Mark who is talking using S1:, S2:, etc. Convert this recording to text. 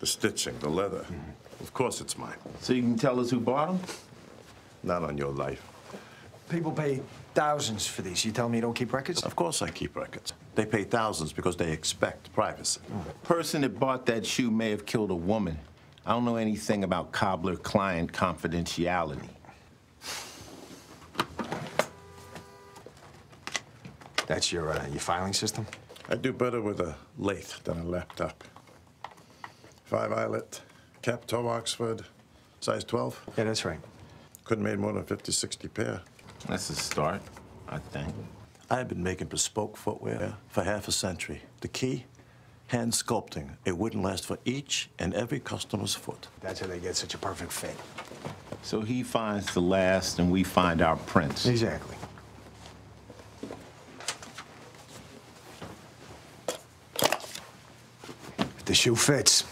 S1: The stitching, the leather. Of course it's mine.
S2: So you can tell us who bought them?
S1: Not on your life.
S3: People pay thousands for these. You tell me you don't keep records?
S1: Of course I keep records. They pay thousands because they expect privacy.
S2: Person that bought that shoe may have killed a woman. I don't know anything about cobbler client confidentiality.
S3: That's your uh, your filing system.
S1: I do better with a lathe than a laptop. Five eyelet, cap toe Oxford, size 12.
S3: Yeah, that's right.
S1: Couldn't made more than 50, 60 pair.
S2: That's a start, I think.
S1: I've been making bespoke footwear for half a century. The key? Hand sculpting a wooden last for each and every customer's foot.
S3: That's how they get such a perfect fit.
S2: So he finds the last and we find our prince.
S3: Exactly. If the shoe fits,